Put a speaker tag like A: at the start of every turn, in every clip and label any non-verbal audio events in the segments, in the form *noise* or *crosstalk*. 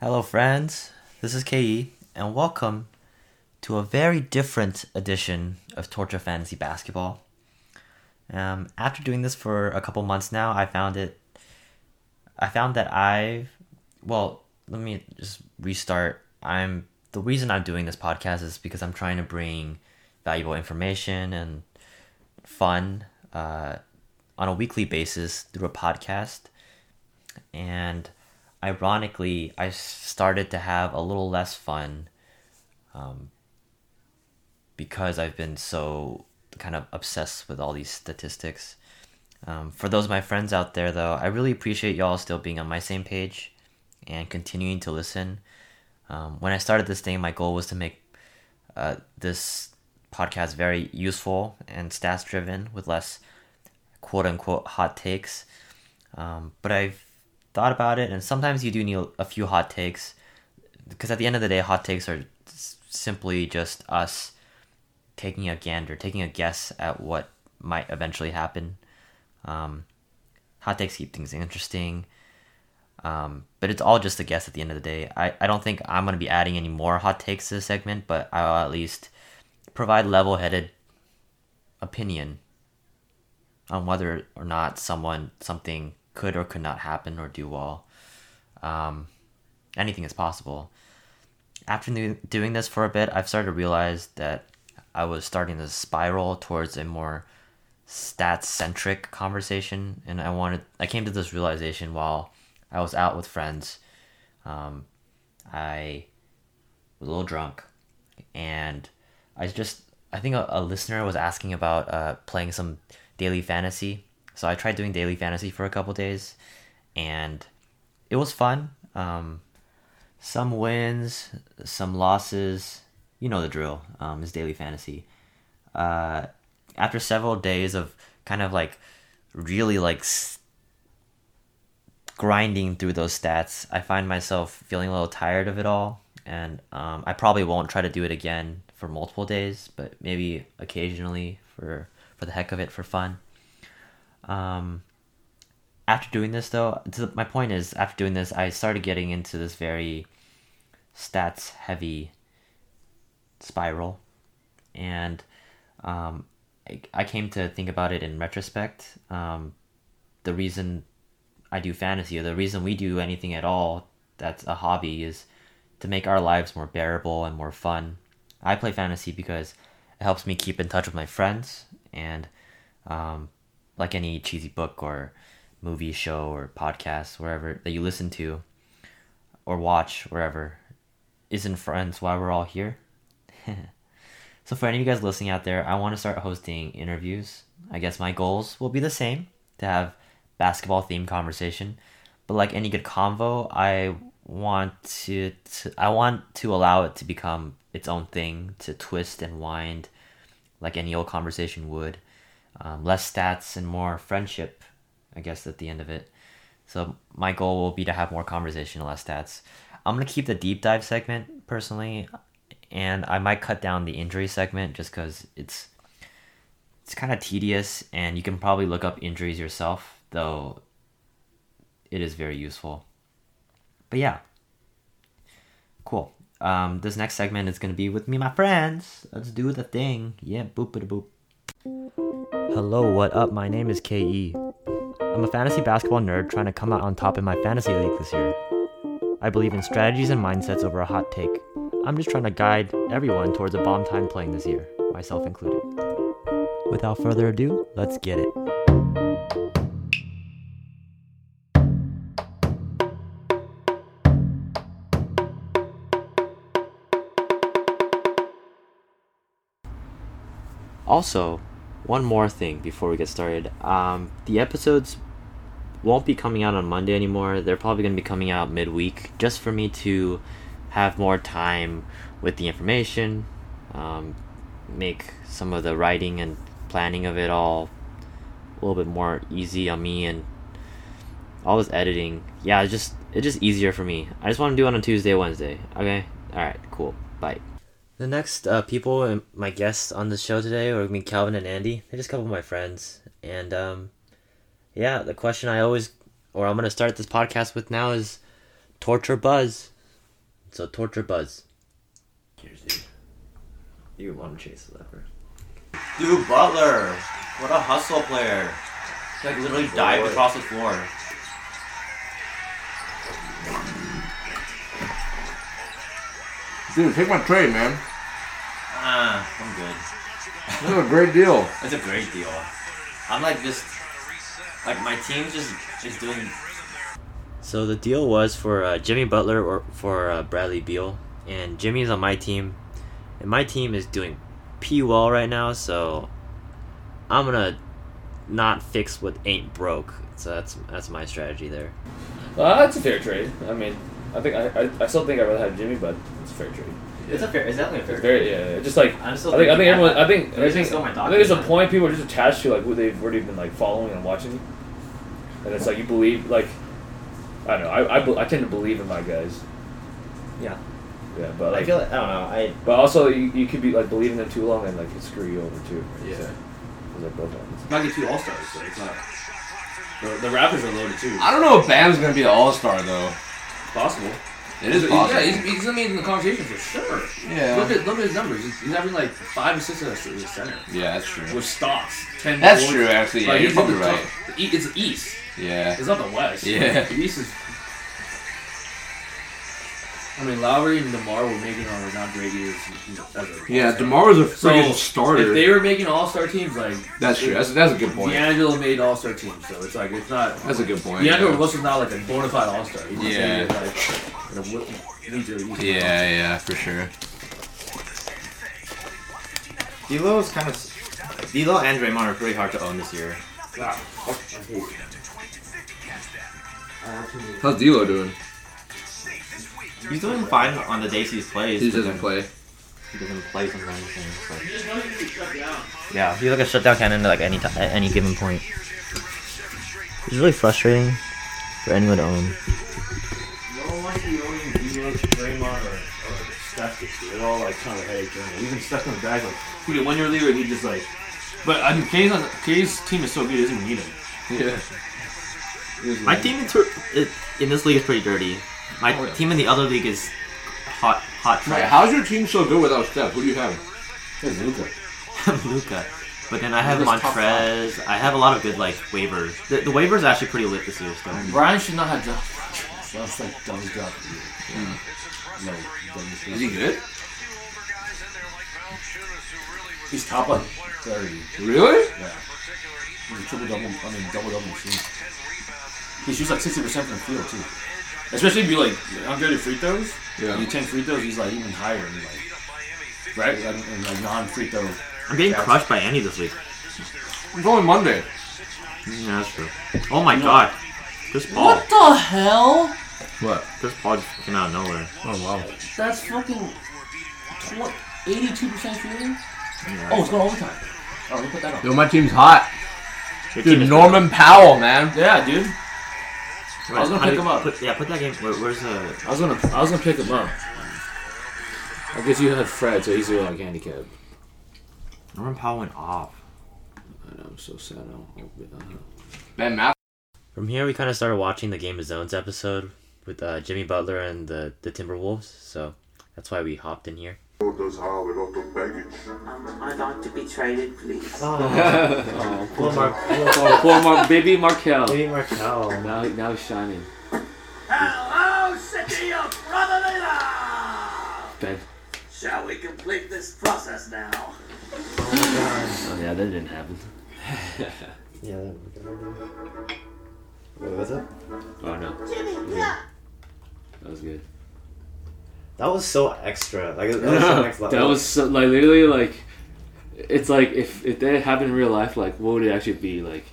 A: Hello, friends. This is KE, and welcome to a very different edition of Torture Fantasy Basketball. Um, after doing this for a couple months now, I found it. I found that I've. Well, let me just restart. I'm. The reason I'm doing this podcast is because I'm trying to bring valuable information and fun uh, on a weekly basis through a podcast. And ironically, I s- started to have a little less fun um, because I've been so kind of obsessed with all these statistics. Um, for those of my friends out there, though, I really appreciate y'all still being on my same page and continuing to listen. Um, when I started this thing, my goal was to make uh, this podcast very useful and stats driven with less quote unquote hot takes. Um, but I've thought about it, and sometimes you do need a few hot takes because at the end of the day, hot takes are s- simply just us taking a gander, taking a guess at what might eventually happen. Um, hot takes keep things interesting. Um, but it's all just a guess at the end of the day. I, I don't think I'm going to be adding any more hot takes to this segment, but I'll at least provide level headed opinion on whether or not someone, something could or could not happen or do well. Um, anything is possible. After do- doing this for a bit, I've started to realize that I was starting to spiral towards a more stats centric conversation and i wanted i came to this realization while i was out with friends um, i was a little drunk and i just i think a, a listener was asking about uh, playing some daily fantasy so i tried doing daily fantasy for a couple days and it was fun um, some wins some losses you know the drill um, is daily fantasy uh, after several days of kind of like really like s- grinding through those stats, I find myself feeling a little tired of it all, and um, I probably won't try to do it again for multiple days, but maybe occasionally for for the heck of it for fun. Um, after doing this though, to the, my point is after doing this, I started getting into this very stats heavy spiral and um, I, I came to think about it in retrospect. Um, the reason I do fantasy, or the reason we do anything at all that's a hobby, is to make our lives more bearable and more fun. I play fantasy because it helps me keep in touch with my friends, and um, like any cheesy book or movie show or podcast, wherever that you listen to or watch, wherever, isn't friends why we're all here. So for any of you guys listening out there, I want to start hosting interviews. I guess my goals will be the same to have basketball themed conversation, but like any good convo, I want to, to I want to allow it to become its own thing, to twist and wind like any old conversation would. Um, less stats and more friendship, I guess at the end of it. So my goal will be to have more conversation and less stats. I'm gonna keep the deep dive segment personally, and I might cut down the injury segment just because it's it's kind of tedious, and you can probably look up injuries yourself, though it is very useful. But yeah, cool. Um, this next segment is gonna be with me, my friends. Let's do the thing. Yeah, boop it boop. Hello, what up? My name is Ke. I'm a fantasy basketball nerd trying to come out on top in my fantasy league this year. I believe in strategies and mindsets over a hot take. I'm just trying to guide everyone towards a bomb time playing this year, myself included. Without further ado, let's get it. Also, one more thing before we get started. Um, the episodes won't be coming out on Monday anymore. They're probably going to be coming out midweek just for me to have more time with the information, um, make some of the writing and planning of it all a little bit more easy on me and all this editing. Yeah, it's just it's just easier for me. I just want to do it on a Tuesday, Wednesday. Okay? All right, cool. Bye. The next uh, people, and my guests on the show today, are me, Calvin and Andy. They're just a couple of my friends, and um, yeah, the question I always, or I'm gonna start this podcast with now is torture buzz.
B: So torture Buzz.
A: Here's dude. You want to chase the leper.
C: Dude, Butler! What a hustle player! He, like literally dived across the floor.
D: Dude, take my trade, man.
C: Ah, I'm good.
D: This is a great deal.
C: That's a great deal. I'm like just like my team just is doing.
A: So the deal was for uh, Jimmy Butler or for uh, Bradley Beal, and Jimmy's on my team, and my team is doing p well right now. So I'm gonna not fix what ain't broke. So that's that's my strategy there.
E: Uh, that's a fair trade. I mean, I think I, I, I still think I'd rather have Jimmy, but it's a fair trade.
C: It's a fair. It's definitely a fair.
E: It's very yeah, yeah, just like
C: I'm
E: I
C: still
E: think I think
C: thinking
E: everyone
C: that.
E: I think I
C: There's
E: think,
C: still my
E: I think there's a
C: document.
E: point people are just attached to like who they've already been like following and watching, and it's like you believe like I don't know I I, be- I tend to believe in my guys.
A: Yeah.
E: Yeah, but like
A: like I don't know. I
E: but also you, you could be like believing them too long and like it screw you over too.
B: Yeah.
E: So, it's like both ends.
C: Not get two all stars. So it's not. The, the Raptors are loaded too.
D: I don't know if Bam's gonna be an all star though.
C: Possible.
D: It is possible.
B: Yeah, he's, he's gonna be in the conversation for sure. Look
D: Yeah.
B: at look at his numbers. He's, he's having like five assists in the in the center
D: Yeah, that's true.
B: with stocks. Ten.
D: That's
B: boards.
D: true, actually. Yeah,
B: Like,
D: you're
B: he's in
D: probably
B: the
D: right.
B: top- the E- It's the East.
D: Yeah.
B: It's not the West.
D: Yeah.
B: The East is. I mean, Lowry and Demar were making all not great years. you know, ever.
D: Yeah, Demar's a freaking
B: So
D: starter.
B: if they were making All Star teams, like
D: that's true. That's, that's a good point.
B: D'Angelo made All Star teams, so it's like it's not.
D: That's a good point.
B: D'Angelo
D: Yeah,
B: Russell's not like a bona fide All Star.
D: Yeah.
B: Like, you know, he's a- he's a-
D: yeah, yeah, for sure.
A: D'Lo is kind of D'Lo and Draymond are pretty hard to own this year.
D: How's D'Lo doing?
A: He's doing fine on the days he plays.
D: He doesn't play.
A: He doesn't play sometimes. And it's like... Yeah, he's like a shutdown cannon like any time, at any given point. It's really frustrating for anyone to own.
C: No one wants to be owning D'Lo, Draymond, or, or Steph this year. They're all like kind of a headache journey. Even Steph comes back like, who did one year leader? He just like, but I mean, K's, on, K's team is so good, he doesn't even need him.
D: Yeah.
A: My team in, tur- it, in this league is pretty dirty. My team in the other league is hot, hot *laughs*
D: Right,
A: trash.
D: how's your team so good without Steph? Who do you have?
A: Luca. But then I have Montrez. I have a lot of good like waivers. The, the waivers are actually pretty lit this year. So
B: Brian should not have dropped. That's like dumbest drop of the year. No, dumbest drop.
D: Hmm. Is he good?
B: He's top like thirty.
D: Really?
B: Yeah. He's a triple double. I mean, double double machine. He shoots like sixty percent from the field too. Especially if you like unguarded free throws.
D: Yeah.
B: You ten free throws, he's like even higher. than like, right? And, and like non free throw.
A: I'm getting crushed by Andy this week.
D: It's only Monday.
A: Yeah, that's true. Oh my god. This ball.
B: the hell?
D: What?
A: This ball just came out of nowhere.
D: Oh wow.
B: That's fucking eighty-two percent shooting. Oh, it's going overtime. Oh, we put that on.
D: Yo, my team's hot.
A: Your team
D: Dude,
A: is-
D: Norman Powell, man.
B: Yeah, dude. I was gonna
A: How do
B: pick
A: you-
B: him up.
A: Put, yeah, put that game. Where, where's uh, the?
E: I was gonna I was gonna pick him up. I guess you had Fred, so he's really like handicapped.
A: Norman Powell went off.
E: I know, I'm so sad. I don't, I don't
D: Ben Math.
A: From here, we kind of started watching the Game of Zones episode with uh, Jimmy Butler and the the Timberwolves. So that's why we hopped in here.
F: Those hard with all the baggage.
G: Um, I'd like to be traded, please.
E: Poor Mark, poor, Oh, poor Mark, baby Markel.
A: Markel.
E: Now, now he's shining.
G: Hello, city of brotherly love!
E: Ben.
G: Shall we complete this process now?
E: Oh yeah, that didn't *laughs* happen.
A: Yeah. Wait, what's up?
E: Oh no,
G: Jimmy, yeah!
E: that was good.
A: That was so extra. Like *laughs* that
E: *laughs* that was so, like literally like, it's like if if that happened in real life, like what would it actually be like?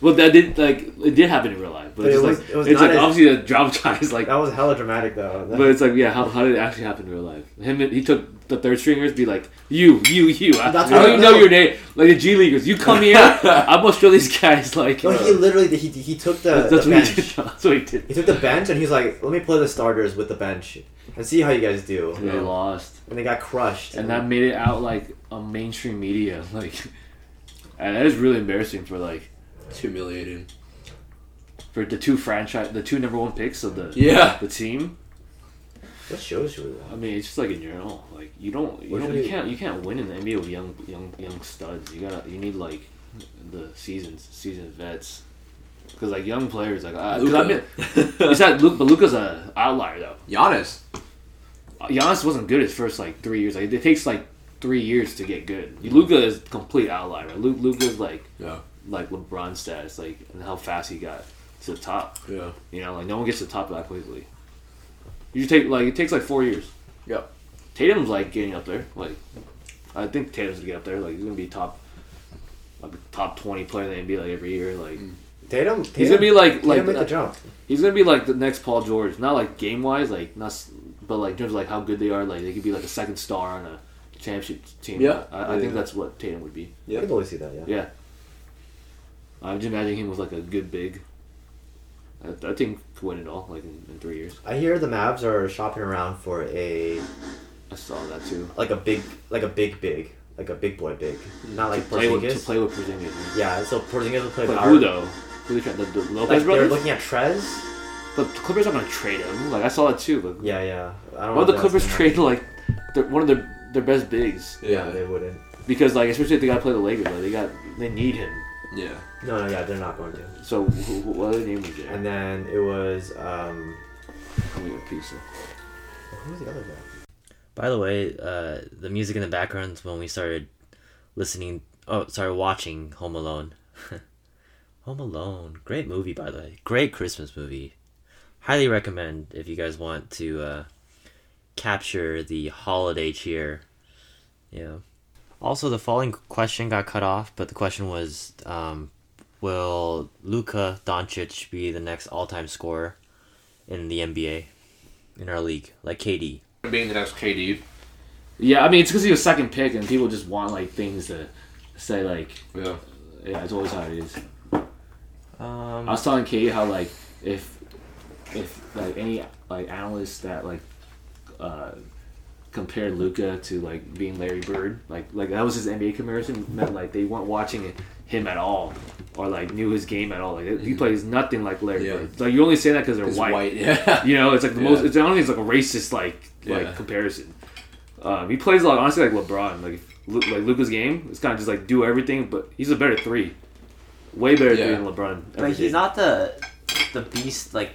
E: Well, that did like it did happen in real life, but,
A: But
E: it's
A: it
E: like
A: was- it was
E: it's
A: not
E: like
A: as-
E: obviously the *laughs* drop shot is like
A: was hella dramatic though.
E: But it's like, yeah, how, how did it actually happen in real life? Him, he took the third stringers, be like, you, you, you. I,
A: That's
E: I don't
A: what-
E: even know your name. Like the G leaguers, you come here. I'm gonna show these guys like.
H: No,
E: uh,
H: he literally he, he took
E: *laughs*
H: the,
E: that's, that's
H: the
E: what
H: bench.
E: he did. *laughs* That's what he did.
H: He took the bench and he's like, "Let me play the starters with the bench and see how you guys do."
E: And they lost,
H: And they got crushed.
E: and that made it out like on mainstream media. *laughs* Like, and that is really embarrassing for like
B: It's humiliating.
E: for the two franchise, the two number one picks of the
B: Yeah.
E: the team.
H: What shows should we
E: I
H: watch?
E: mean, it's just like in general. Like you don't, you,
H: What
E: don't,
H: should
E: you
H: we-
E: can't, you can't win in the NBA with young, young, young studs. You gotta, you need like the seasons, seasoned vets. Because like young players, like uh, 'cause I mean, it's not Luke, but Luca's a outlier though.
D: Giannis.
E: Giannis wasn't good his first like three years. Like it takes like three years to get good. Luca is a complete outlier. Luke Luca's like
D: Yeah.
E: like LeBron status, like and how fast he got to the top.
D: Yeah.
E: You know, like no one gets to the top that quickly. You take like it takes like four years.
D: Yep.
E: Tatum's like getting up there. Like I think Tatum's gonna get up there. Like he's gonna be top like top twenty player in the NBA like every year. Like
D: Mm.
H: Tatum, Tatum
E: he's gonna be like
H: Tatum
E: like
H: made the jump.
E: he's gonna be like the next Paul George. Not like game wise, like not, s- but like in terms of like how good they are. Like they could be like a second star on a championship team.
D: Yeah.
E: I, I think
D: Yeah.
E: that's what Tatum would be.
H: I can totally see that. Yeah.
E: Yeah. I'm just imagining him with like a good big. I, I think could win it all like in, in three years.
H: I hear the Mavs are shopping around for a
E: I saw that too.
H: like a big like a big big like a big boy big, not like
E: to play with to
H: Porzingis.
E: play with Porzingis.
H: Yeah, so Porzingis will play
E: But
H: power.
E: who though? Who they trying? The, the Lopez
H: Like they're
E: brothers.
H: looking at Trez.
E: but the Clippers aren't gonna trade him. Like I saw that too. But
H: Yeah, yeah. I don't
E: what
H: know
E: if the
H: if
E: Clippers
H: that's-
E: trade like their, one of their their best bigs?
H: Yeah, they wouldn't.
E: Because like especially if they gotta play the Lakers, like they got they need him.
D: Yeah.
H: No, no, yeah, they're not going to.
E: So who, who, what other name was there?
H: And then it was um,
E: Call me a pizza.
H: who was the other guy?
A: By the way, uh, the music in the background's when we started listening. Oh, sorry, watching Home Alone. *laughs* Home Alone, great movie by the way, great Christmas movie. Highly recommend if you guys want to uh, capture the holiday cheer. Yeah. Also, the following question got cut off, but the question was, um, will Luka Doncic be the next all-time scorer in the NBA in our league, like KD?
D: Being the next KD.
E: Yeah, I mean it's because he was second pick, and people just want like things to say like
D: Yeah.
E: yeah, it's always how it is.
A: Um,
E: I was telling Katie how like if if like any like analyst that like uh compared Luca to like being Larry Bird, like like that was his NBA comparison meant like they weren't watching him at all or like knew his game at all. Like he plays nothing like Larry
D: Mm-hmm. Yeah.
E: Bird. Like you only say that because they're
D: He's
E: white.
D: white.
E: *laughs*
D: Yeah.
E: You know, it's like the
D: Yeah.
E: most. It's, I don't think it's like a racist like like
D: Yeah.
E: comparison. Um, he plays like honestly like LeBron. Like Lu- like Luca's game is kind of just like do everything, but he's a better three, way better
D: Yeah.
E: three than LeBron. every
A: But he's
E: day.
A: not the the beast like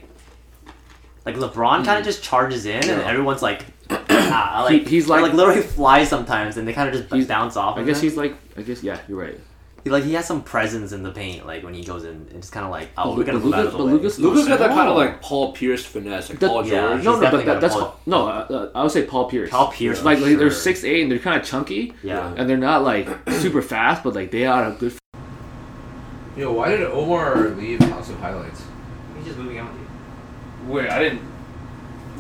A: like LeBron kind of just charges in and
E: Mm. Yeah.
A: everyone's
E: *clears throat*
A: like *clears throat* ah, like
E: He- he's
A: or,
E: like-
A: literally flies sometimes and they kind of just
E: He's-
A: bounce off.
E: I
A: of
E: guess
A: him.
E: he's like. I guess yeah, you're right.
A: He, like he has some presence in the paint like when he goes in and just kind of like oh
E: But
A: we're gonna
E: Lu-
A: move
E: but
A: out of the
E: Lucas-
A: way.
E: but Lucas-
D: Luca's got that kind of
E: No.
D: like Paul Pierce finesse, like
E: That-
D: Paul George.
A: yeah.
E: No, no,
A: definitely
E: but that,
A: got
E: that's
A: Paul-
E: no. Uh, uh, I would say Paul Pierce.
A: Paul Pierce,
E: Like, like they're
A: sure.
E: six eight and they're kind of chunky.
A: Yeah.
E: And they're not like super fast, but like they are a good.
D: Yo, why did Omar leave House of Highlights?
A: he's just moving out.
E: Wait, I didn't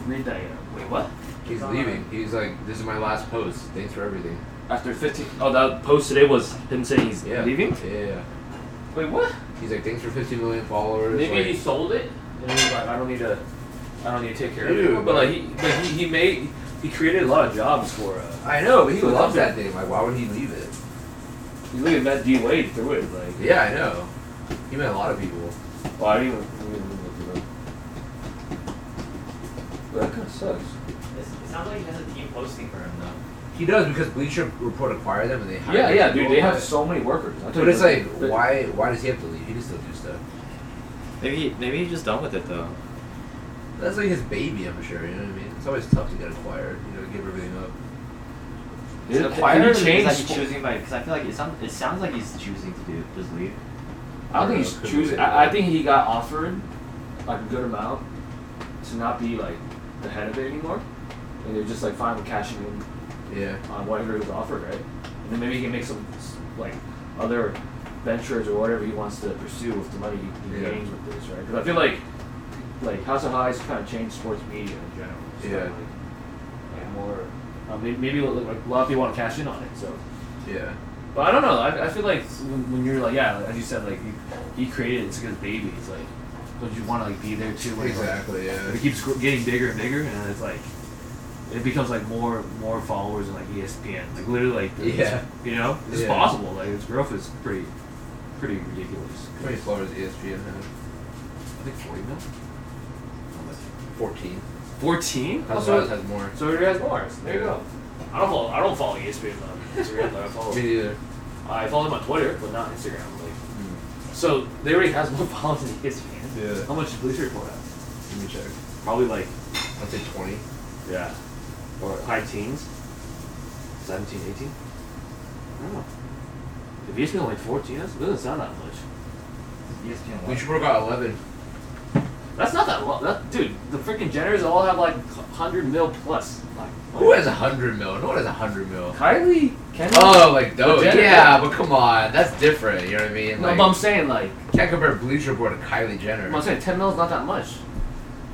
E: read that yet. Wait, what?
D: He's leaving. He's like, this is my last post. Thanks for everything.
E: After fifteen. Oh, that post today was him saying he's
D: Yeah. Yeah.
E: Wait, what?
D: He's like, thanks for 50 million followers.
E: Maybe
D: like,
E: he sold it, and he was like, I don't need to, I don't need to take care
D: Ew,
E: of it. But
D: man.
E: like he, but he, he made, he created a lot of jobs for. Uh,
D: I know, but he
E: So
D: loves
E: that's-
D: that name. Like, why would he leave it?
E: you look at Matt D Wade through it, like
D: Yeah, I know. He met a lot of people.
E: why do you? That kind of sucks.
A: It sounds like he has a team posting for him though.
D: He does because Bleacher Report acquired them and they hired
E: Yeah,
D: him.
E: yeah, dude. They have
D: But-
E: so many workers. I
D: But it's like, why? Why does he have to leave? He can still do stuff.
A: Maybe maybe he's just done with it though.
D: That's like his baby, I'm sure. You know what I mean? It's always tough to get acquired. You know, give everything up.
E: Is it acquired or is
A: change?
E: that he choosing
A: Because I feel like it sounds it sounds like he's choosing to do just leave.
E: I don't think he's choosing. I, I think he got offered like a good amount to not be like the head of it anymore, and they're just like fine with cashing in
D: Yeah.
E: on whatever was offered, right? And then maybe he can make some like other ventures or whatever he wants to pursue with the money he, he
D: Yeah.
E: gains with this, right? Because I feel like like House of Highs kind of changed sports media in general. So
D: Yeah.
E: Like, like more, uh, maybe, maybe like, a lot of people want to cash in on it. So,
D: Yeah.
E: but I don't know. I, I feel like when, when you're like, yeah, like, as you said, like he, he created it, it's like his baby. It's like, don't you want to like be there too? When, like,
D: Exactly. Yeah.
E: it keeps gr- getting bigger and bigger, and it's like it becomes like more more followers and like E ESPN, like literally like it's-
D: Yeah.
E: you know, it's
D: Yeah.
E: possible. Like its growth is pretty pretty ridiculous.
D: How E many followers does ESPN have? I think 40 now. 14.
E: Fourteen. Oh,
D: Also, it has more.
E: So it has more. So there you go. I don't follow. I don't follow E ESPN on Instagram. but I follow.
D: Me neither.
E: I follow him on Twitter, but not Instagram. Like, so they already has more *laughs* followers than E ESPN.
D: Yeah.
E: How much does Bleacher Report have?
D: Let me check.
E: Probably like
D: I'd say 20.
E: yeah, or high teens, 17, 18. I don't know. If E ESPN only fourteen, that's, that doesn't sound that much.
D: We should work out 11.
E: That's not that long. That, dude, the freaking Jenners all have like hundred mil plus. Like
D: Who has 100 mil? No one has 100 mil.
E: Kylie? Kendall?
D: Oh, like those.
E: Jenner-
D: Yeah, but come on. That's different. You know what I mean?
E: no,
D: Like,
E: but I'm saying like
D: can't compare Bleacher Report to Kylie Jenner.
E: I'm saying ten mil is not that much.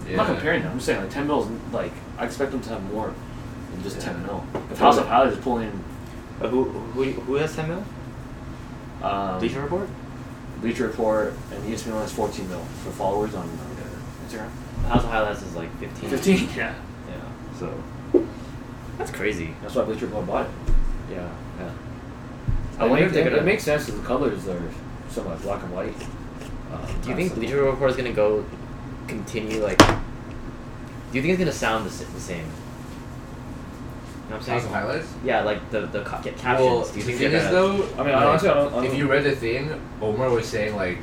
D: yeah.
E: I'm not comparing them. I'm just saying like ten mil is like I expect them to have more than just ten
D: Yeah.
E: mil. If House of Highlights is pulling in
A: Uh, who, who who has ten mil?
E: um,
A: Bleacher Report.
E: Bleacher Report and E ESPN has fourteen mil for followers on uh, Instagram.
A: House of Highlights is like fifteen.
E: Fifteen? Yeah.
A: *laughs* Yeah. So that's crazy.
E: That's why Bleacher Report bought it.
A: Yeah. Yeah.
E: I wonder if
A: they could
E: it
A: have-
E: makes sense that the colors are somewhat black and white. Um,
A: Do you think
E: constantly.
A: Bleacher Report is gonna go continue like? Do you think it's gonna sound the, s- the same? You know what I'm
D: House
A: saying?
D: of Highlights?
A: Yeah, like the the ca- captions.
D: Well,
A: do
D: the
A: you think
D: thing
A: they're
D: is,
A: gonna?
D: though,
E: I mean,
D: like,
E: honestly, I don't. I don't
D: if you read the thing, Omar was saying like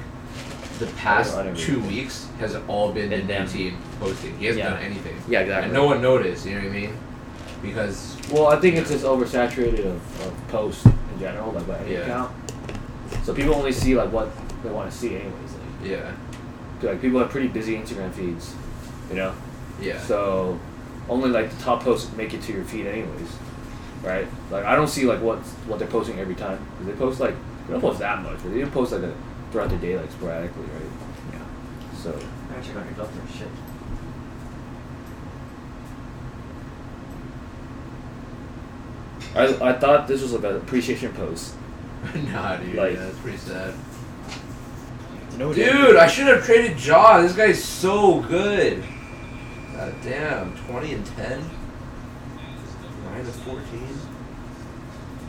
D: the past
E: I don't read
D: two
E: it.
D: weeks has all been
A: Been
D: the new
A: them.
D: team posting. He hasn't
A: Yeah.
D: done anything,
A: yeah, exactly.
D: and no one noticed. You know what I mean? Because
E: Well, I think it's just oversaturated of, of posts in general, like by any
D: Yeah.
E: account. So people only see like what they want to see, anyways. Like,
D: yeah,
E: like people have pretty busy Instagram feeds, you know.
D: yeah,
E: So only like the top posts make it to your feed, anyways, right? Like I don't see like what what they're posting every time. 'Cause They post like they don't post that much, but they do post like a, throughout the day, like sporadically, right? Yeah. So
A: I gotta check on your doctor. Shit.
E: I, I thought this was like an appreciation post.
D: *laughs* nah, dude,
E: Like- oh,
D: yeah, that's pretty sad.
A: You know
D: Dude, I should have traded Jaw. This guy's so good. God damn, twenty and ten. Nine to fourteen.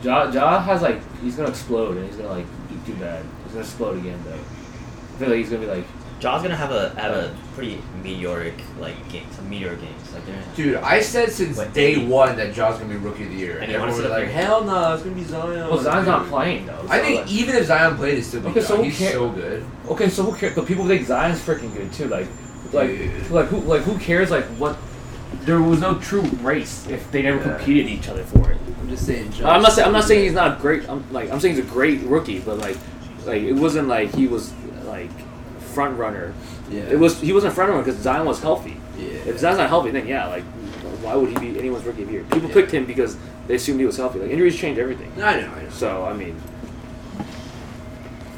E: Ja, ja has like he's gonna explode and he's gonna like eat too bad. He's gonna explode again though. I feel like he's gonna be like
A: Jaw's gonna have a have
E: uh,
A: a pretty meteoric like game, some meteor games like they're.
D: Dude, I said since
A: Wait.
D: day one that Jaw's gonna be rookie of the year,
A: And
D: and
A: you wanna
D: everyone was
A: sit up
D: like,
A: here-
D: "Hell no, it's gonna be Zion."
E: Well Zion's not
D: Dude.
E: playing though.
D: I
E: so,
D: think
E: like-
D: even if Zion played, it's still be
E: Okay,
D: Zion.
E: so who
D: He's
E: cares?
D: so good.
E: Okay, so who cares but people think Zion's freaking good too, like like
D: Dude.
E: like who like who cares like what there was no true race if they never
D: Yeah.
E: competed each other for it.
D: I'm just saying. Jaw.
E: I'm not saying I'm not saying he's not great. I'm like I'm saying he's a great rookie, but like like it wasn't like he was like front runner.
D: Yeah.
E: It was he wasn't front runner because Zion was healthy.
D: Yeah.
E: If Zion's not healthy, then yeah, like why would he be anyone's rookie of the year? People picked him because they assumed he was healthy. Like injuries change everything.
D: I know. I know.
E: So I mean,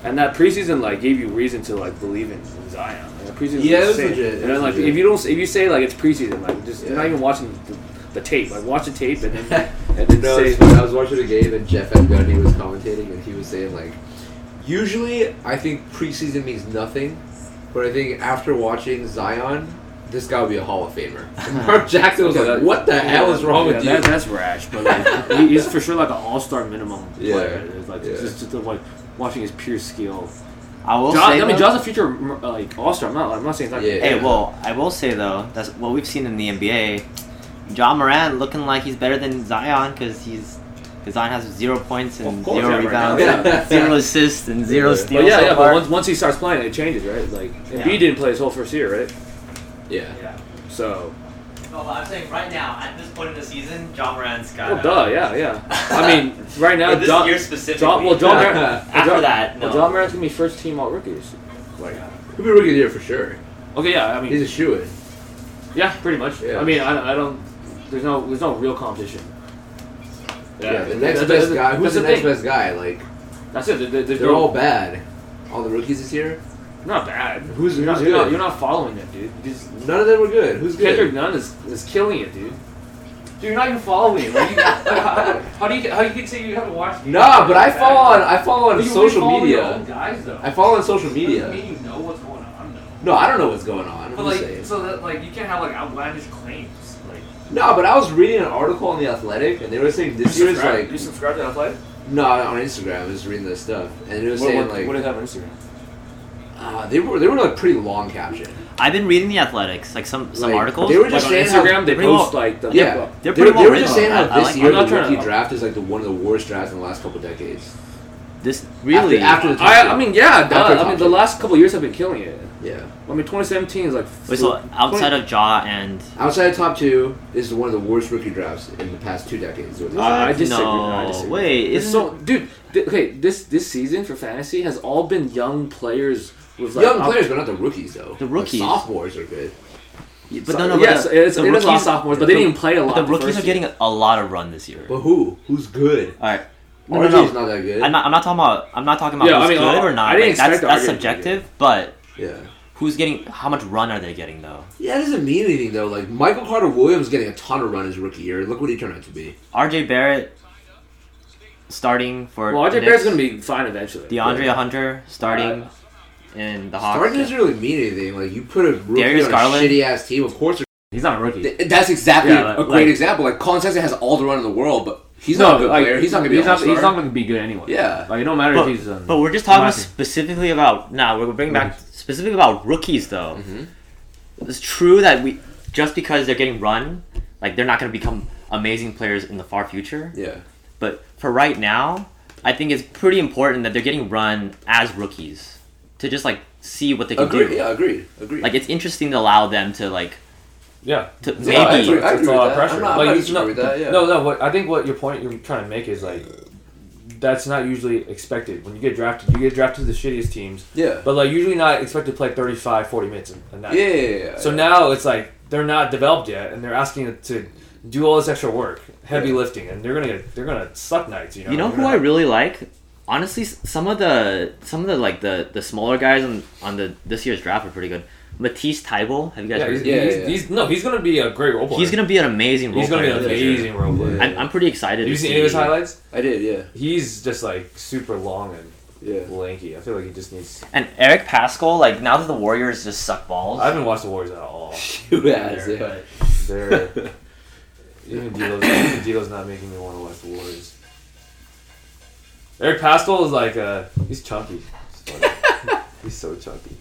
E: and that preseason like gave you reason to like believe in, in Zion. Like, that preseason
D: Yeah, it was
E: was insane.
D: legit. It
E: And then
D: was
E: like
D: legit.
E: if you don't if you say like it's preseason like just you're not
D: Yeah.
E: even watching the, the tape. Like watch the tape and *laughs*
H: *laughs*
E: then and
H: You
E: then
H: know,
E: say
H: it's funny, I was watching a game and Jeff N. Gundy was commentating and he was saying like, usually I think preseason means nothing, but I think after watching Zion, this guy will be a Hall of
E: *laughs*
H: Famer. And Mark Jackson was
E: Okay,
H: like,
E: that-
H: what the hell is wrong
E: Yeah,
H: with
E: that-
H: you?
E: that's rash, but like, *laughs* he- he's for sure like an all-star minimum
H: Yeah.
E: player. It's like
H: Yeah.
E: just, just like watching his pure skill.
A: I will
E: Ja-
A: say.
E: I mean,
A: though-
E: Jaw's a future m- like all-star. I'm not. I'm not saying he's not.
H: Yeah.
A: Hey, well, I will say though, that's what we've seen in the NBA. John Moran looking like he's better than Zion because he's because Zion has zero points and
E: Of course,
A: zero
E: yeah, right
A: rebounds,
H: now, yeah.
A: zero assists, and zero
H: Yeah.
A: steals.
E: But yeah,
A: so
E: yeah.
A: far.
E: But once, once he starts playing, it changes, right? Like
A: Yeah.
E: Embiid didn't play his whole first year, right?
H: Yeah.
E: So,
A: No, but I'm saying right now, at this point in the season, John Moran's got.
E: well, duh, yeah, yeah. I *laughs* mean, right now,
A: For this
E: John,
A: year specifically.
E: John, well, John, Mar-
A: After
E: John-
A: that,
E: well,
A: no.
E: John Moran's gonna be first team all rookies. Like,
H: He'll be rookie of the year for sure.
E: okay, yeah. I mean,
H: He's a shoe in.
E: Yeah, pretty much.
H: Yeah.
E: I mean, I, I don't. There's no there's no real competition.
H: Yeah, the
E: That-
H: next
E: that-
H: best
E: that-
H: guy. Who's
E: that's
H: the, next
E: thing.
H: best guy? Like
E: That's it. There- there- There's
H: they're
E: no-
H: all bad. All the rookies this year.
E: not bad.
H: Who's-
E: you're, not,
H: who's
E: you're, not,
H: good?
E: you're not following them, dude. Just,
H: None of them were good. Who's good?
E: Kendrick Nunn is, is killing it, dude. Dude, you're not even following him. Like, you, *laughs* like, how, how do you how you can say you haven't watched?
H: Nah, but I follow on. I follow on
E: But you
H: social
E: follow Your own
H: media.
E: guys though.
H: I follow on social
E: Doesn't
H: media.
E: mean you know what's going on though.
H: No, I don't know what's going on. I'm
E: But
H: just
E: like,
H: saying.
E: so that like you can't have like outlandish claims. Like,
H: No, but I was reading an article on the Athletic, and they were saying this
E: you
H: year is
E: subscribe,
H: like
E: you subscribe to Athletic.
H: no on Instagram. I was reading this stuff, and it was saying like
E: they have on Instagram?
H: uh, they were they were like pretty long caption.
A: I've been reading the Athletics, like some some
D: Like,
A: articles.
D: They were
E: Like
D: just
E: on
D: saying how-
E: Instagram, they
A: pretty well-
E: post like the
D: Yeah.
E: well,
A: They're
D: They,
A: pretty
D: they
A: well
D: were just
A: written.
D: saying how
A: I- I
D: this
A: like-
D: year
E: I'm not
D: the
E: trying to-
D: rookie draft is like the one of the worst drafts in the last couple decades.
A: This
E: Really?
D: After- after the top
E: I,
D: two.
E: I mean, yeah,
D: After the
E: duh. I mean,
D: top
E: the
D: two.
E: last couple years have been killing it.
D: Yeah.
E: I mean, 2017 is like.
A: wait, so outside of Jaw and
D: Outside of top two, this is one of the worst rookie drafts in the past two decades.
E: Uh, I disagree. I
A: no,
E: disagree.
A: wait,
E: It's
A: isn't
E: so, dude. Th- okay, this this season for fantasy has all been young players with like
D: Young
E: up-
D: players, but not the rookies though.
A: The rookies.
D: Like, sophomores are good.
A: but no, no, but
E: yes,
A: the,
E: it's,
A: the
E: it is a lot of
A: rookies,
E: sophomores, but they didn't even play a
A: but
E: lot.
A: the rookies
E: first
A: are getting a, a lot of run this year. All
D: But who? Who's good?
A: right, no, no,
D: RJ's
A: no.
D: not that good.
A: I'm not. I'm not talking about. I'm not talking about
E: Yeah, I
A: who's
E: mean,
A: good
E: uh,
A: or not.
E: I didn't
A: Like, that's
E: expect
A: that's
E: RJ to be
A: subjective, but
D: yeah.
A: who's getting? How much run are they getting though?
D: Yeah, that doesn't mean anything though. Like Michael Carter Williams getting a ton of run his rookie year. Look what he turned out to be.
A: RJ Barrett starting for.
E: year. Well,
A: the
E: RJ
A: Knicks.
E: Barrett's gonna be Uh, fine eventually.
A: DeAndre Hunter starting in the Hawks.
D: Starting doesn't really mean anything. Like you put a rookie
A: Darius
D: on
A: Garland?
D: a shitty ass team. Of course,
E: He's not a rookie.
D: th- that's exactly
E: Yeah,
D: a
E: like-
D: great example. Like Colin Sexton has all the run in the world, but he's
E: no,
D: not a good
E: like,
D: player. He's not gonna be.
E: He's
D: an
E: not, he's
D: all-star.
E: not gonna be good anyway.
D: Yeah.
E: like it don't matter
A: But,
E: if he's. Um,
A: but we're just talking
E: Imagine.
A: specifically about now. We're bringing back specifically about rookies, though.
D: Mm-hmm.
A: It's true that we just because they're getting run, like they're not going to become amazing players in the far future.
D: Yeah.
A: But for right now, I think it's pretty important that they're getting run as rookies to just like see what they can
D: Agreed.
A: do.
D: Yeah. Agreed. Agreed.
A: Like it's interesting to allow them to like
E: yeah,
A: to
D: Yeah, I
A: maybe
D: agree- I agree
E: It's a
D: with
E: lot
D: that.
E: of pressure.
D: I'm not,
E: Like,
D: I'm not
E: you-
D: disagreeing with that. Yeah.
E: No, no. What I think what your point you're trying to make is like that's not usually expected when you get drafted. You get drafted to the shittiest teams,
D: Yeah.
E: but like usually not expected to play 35, 40 minutes a a night.
D: yeah, yeah, yeah, yeah.
E: So now it's like they're not developed yet, and they're asking it to do all this extra work, heavy
D: Yeah.
E: lifting, and they're gonna get, they're gonna suck nights. You know.
A: You know
E: They're
A: who
E: gonna-
A: I really like? Honestly, s- some of the some of the like the the smaller guys on on the this year's draft are pretty good. Matisse Tybel, have you guys?
E: Yeah,
A: heard?
E: he's,
A: of
D: Yeah,
E: he's,
D: yeah, yeah.
E: he's- no, he's gonna be a great role
A: him?
E: player.
A: He's gonna be an amazing. Role
E: he's gonna be
A: player
E: an
A: this year.
E: amazing role player.
D: Yeah.
A: I'm, I'm pretty excited.
E: Have
A: to
E: you seen any of his
A: see-
E: highlights?
D: I did. Yeah.
E: He's just like super long and
D: Yeah.
E: lanky. I feel like he just needs.
A: And Eric Pascal, like now that the Warriors just suck balls,
E: I haven't watched the Warriors at *laughs* all.
D: Who has?
E: There,
D: Yeah.
E: They're even D'Lo's, even D'Lo's not making me want to watch the Warriors. Eric Pascal is like uh, he's chunky. *laughs* he's so chunky.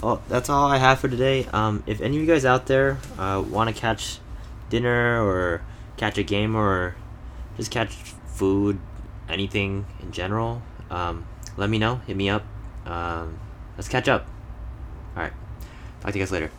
A: Well, Oh, that's all I have for today. Um, if any of you guys out there uh, want to catch dinner or catch a game or just catch food, anything in general, um, let me know. Hit me up. Um, let's catch up. All right. Talk to you guys later.